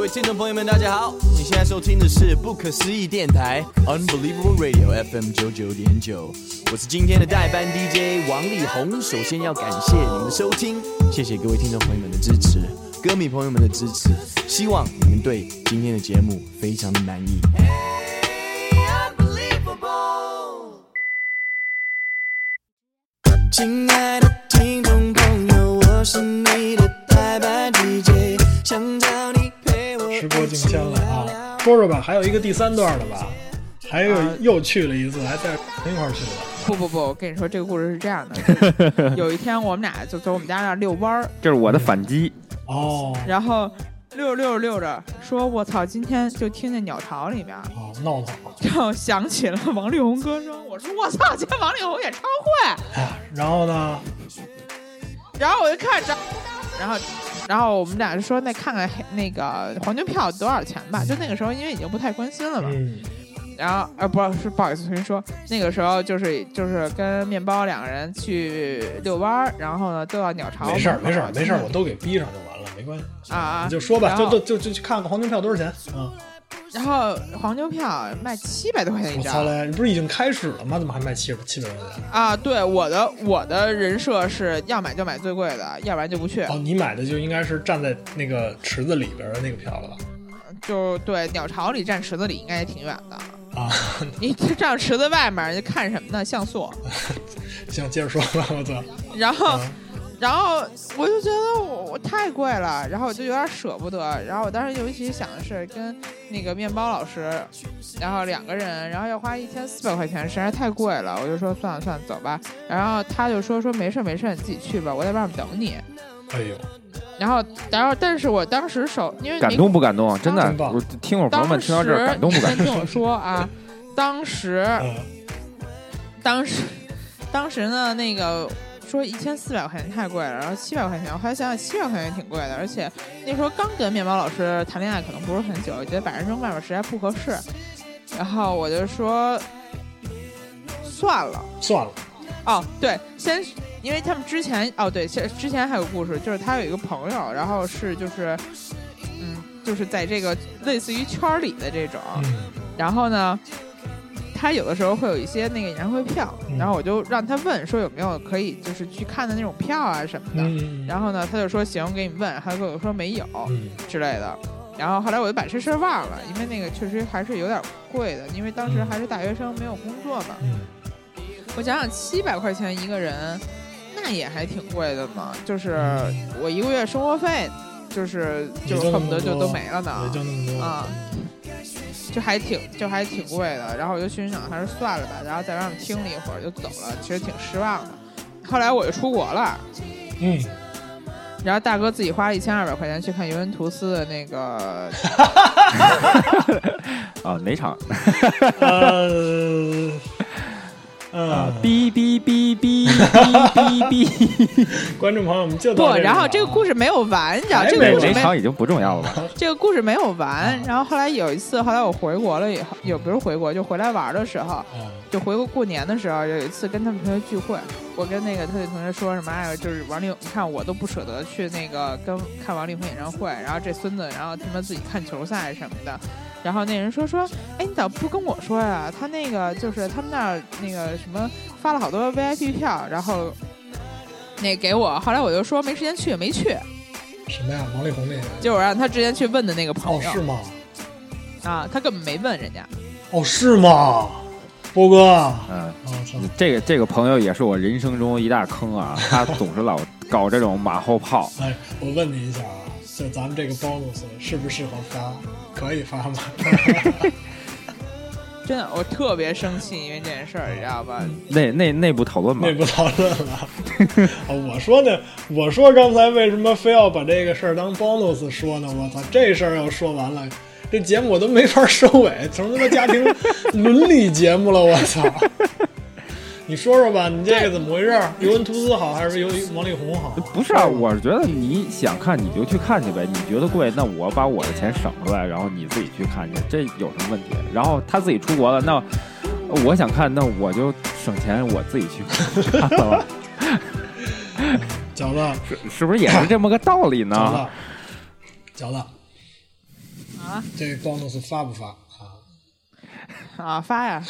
位听众朋友们，大家好！你现在收听的是不可思议电台 Unbelievable Radio FM 九九点九，我是今天的代班 DJ 王力宏。首先要感谢你们的收听，谢谢各位听众朋友们的支持，歌迷朋友们的支持，希望你们对今天的节目非常的满意。亲爱的听众朋友，我是你的代班 DJ，想找你陪我时过境迁了啊！说说吧，还有一个第三段的吧，还有、啊又去了一次，还带一块儿去了。不不不，我跟你说，这个故事是这样的：就是有一天我们俩就走我们家那儿遛弯儿，这是我的反击。哦然后遛着遛着遛着，说我操，今天就听见鸟巢里面，哦，闹腾了，然后想起了王力宏歌声，我说我操，今天王力宏演唱会，哎呀，然后呢？然后我就看着，然后。然后我们俩就说，那看看黑那个黄牛票多少钱吧。就那个时候，因为已经不太关心了嘛。嗯，然后呃，不是，不好意思，重新说，那个时候就是就是跟面包两个人去遛弯儿，然后呢都要鸟巢。啊没事儿，没事儿，没事儿，我都给逼上就完了，没关系。啊嗯啊，你就说吧，然就后就就就去看看黄牛票多少钱。嗯，然后黄牛票卖七百多块钱一我操张嘞，你不是已经开始了吗？怎么还卖七十七百块钱？啊！对，我的我的人设是要买就买最贵的，要不然就不去。哦，你买的就应该是站在那个池子里边的那个票了吧？就对，鸟巢里站池子里应该也挺远的，啊， 你站池子外面你看什么呢？像素。行，接着说吧，我操。然后嗯然后我就觉得我我太贵了，然后我就有点舍不得。然后我当时尤其想的是跟那个面包老师，然后两个人，然后要花一千四百块钱，实在太贵了。我就说算了算了，走吧。然后他就说说没事儿没事儿，你自己去吧，我在外面等你。哎呦，然后然后但是我当时手因为感没动不感动？啊真的真，棒我听我朋友当们时听到这儿感动不感你先听我说啊，当时嗯，当时当时呢，那个说一千四百块钱太贵了，然后七百块钱，我后来想想七百块钱也挺贵的，而且那时候刚跟面包老师谈恋爱，可能不是很久，觉得把人扔外面实在不合适，然后我就说算了。算了，哦，对，先是因为他们之前哦，对，先之前还有故事，就是他有一个朋友，然后是就是，嗯，就是在这个类似于圈儿里的这种，嗯，然后呢，他有的时候会有一些那个演唱会票，嗯然后我就让他问说有没有可以就是去看的那种票啊什么的，嗯，然后呢，他就说行，我给你问，他跟我说没有嗯，之类的。然后后来我就把这事儿忘了，因为那个确实还是有点贵的，因为当时还是大学生，没有工作嘛。嗯，我想想，七百块钱一个人，那也还挺贵的嘛。就是嗯我一个月生活费，就是就也就那么恨不得就多都没了呢。也就那么多。嗯啊，就还挺就还挺贵的。然后我就心想还是算了吧，然后在外面听了一会儿就走了，其实挺失望的。后来我就出国了，嗯，然后大哥自己花了一千二百块钱去看尤文图斯的那个，动啊！哪场？呃，呃，哔哔哔哔哔哔哔。观众朋友们就不到，然后这个故事事没有完，你知道还这没个哪故事哪没场已经不重要了吧？ 这个故事没有完。然后后来有一次，后来我回国了以后，也不是回国，就回来玩的时候，啊，就回国过年的时候，有一次跟他们同学聚会，我跟那个他的同学说什么，哎呦，就是王力宏，你看我都不舍得去那个跟看王力宏演唱会，然后这孙子，然后他妈自己看球赛什么的。然后那人说说，哎，你咋不跟我说呀？他那个就是他们那儿那个什么发了好多 VIP 票，然后那给我，后来我就说没时间去，没去。什么呀？王力宏那个？结果让他之前去问的那个朋哦，友、是吗？啊，他根本没问人家。哦，是吗？波哥，啊我嗯，操！这个这个朋友也是我人生中一大坑啊，他总是老搞这种马后炮。 哎，我问你一下啊，就咱们这个 bonus 适不适合发？可以发吗？ 真的，我特别生气，因为这件事儿，你知道吧？内内内部讨论吧内，部讨论了。 啊我说呢，我说刚才为什么非要把这个事儿当 bonus 说呢？我操，这事儿要说完了，这节目我都没法收尾，成他妈家庭伦理节目了，我操！ 你说说吧，你这个怎么回事儿？尤文图斯好还是尤王力宏好？不是啊，我是觉得你想看你就去看去呗，你觉得贵，那我把我的钱省出来，然后你自己去看去，这有什么问题？然后他自己出国了，那我想看，那我就省钱，我自己去看 了，饺子，是是不是也是这么个道理饺呢？子，饺子，啊这 bonus 发不发啊？啊，发呀！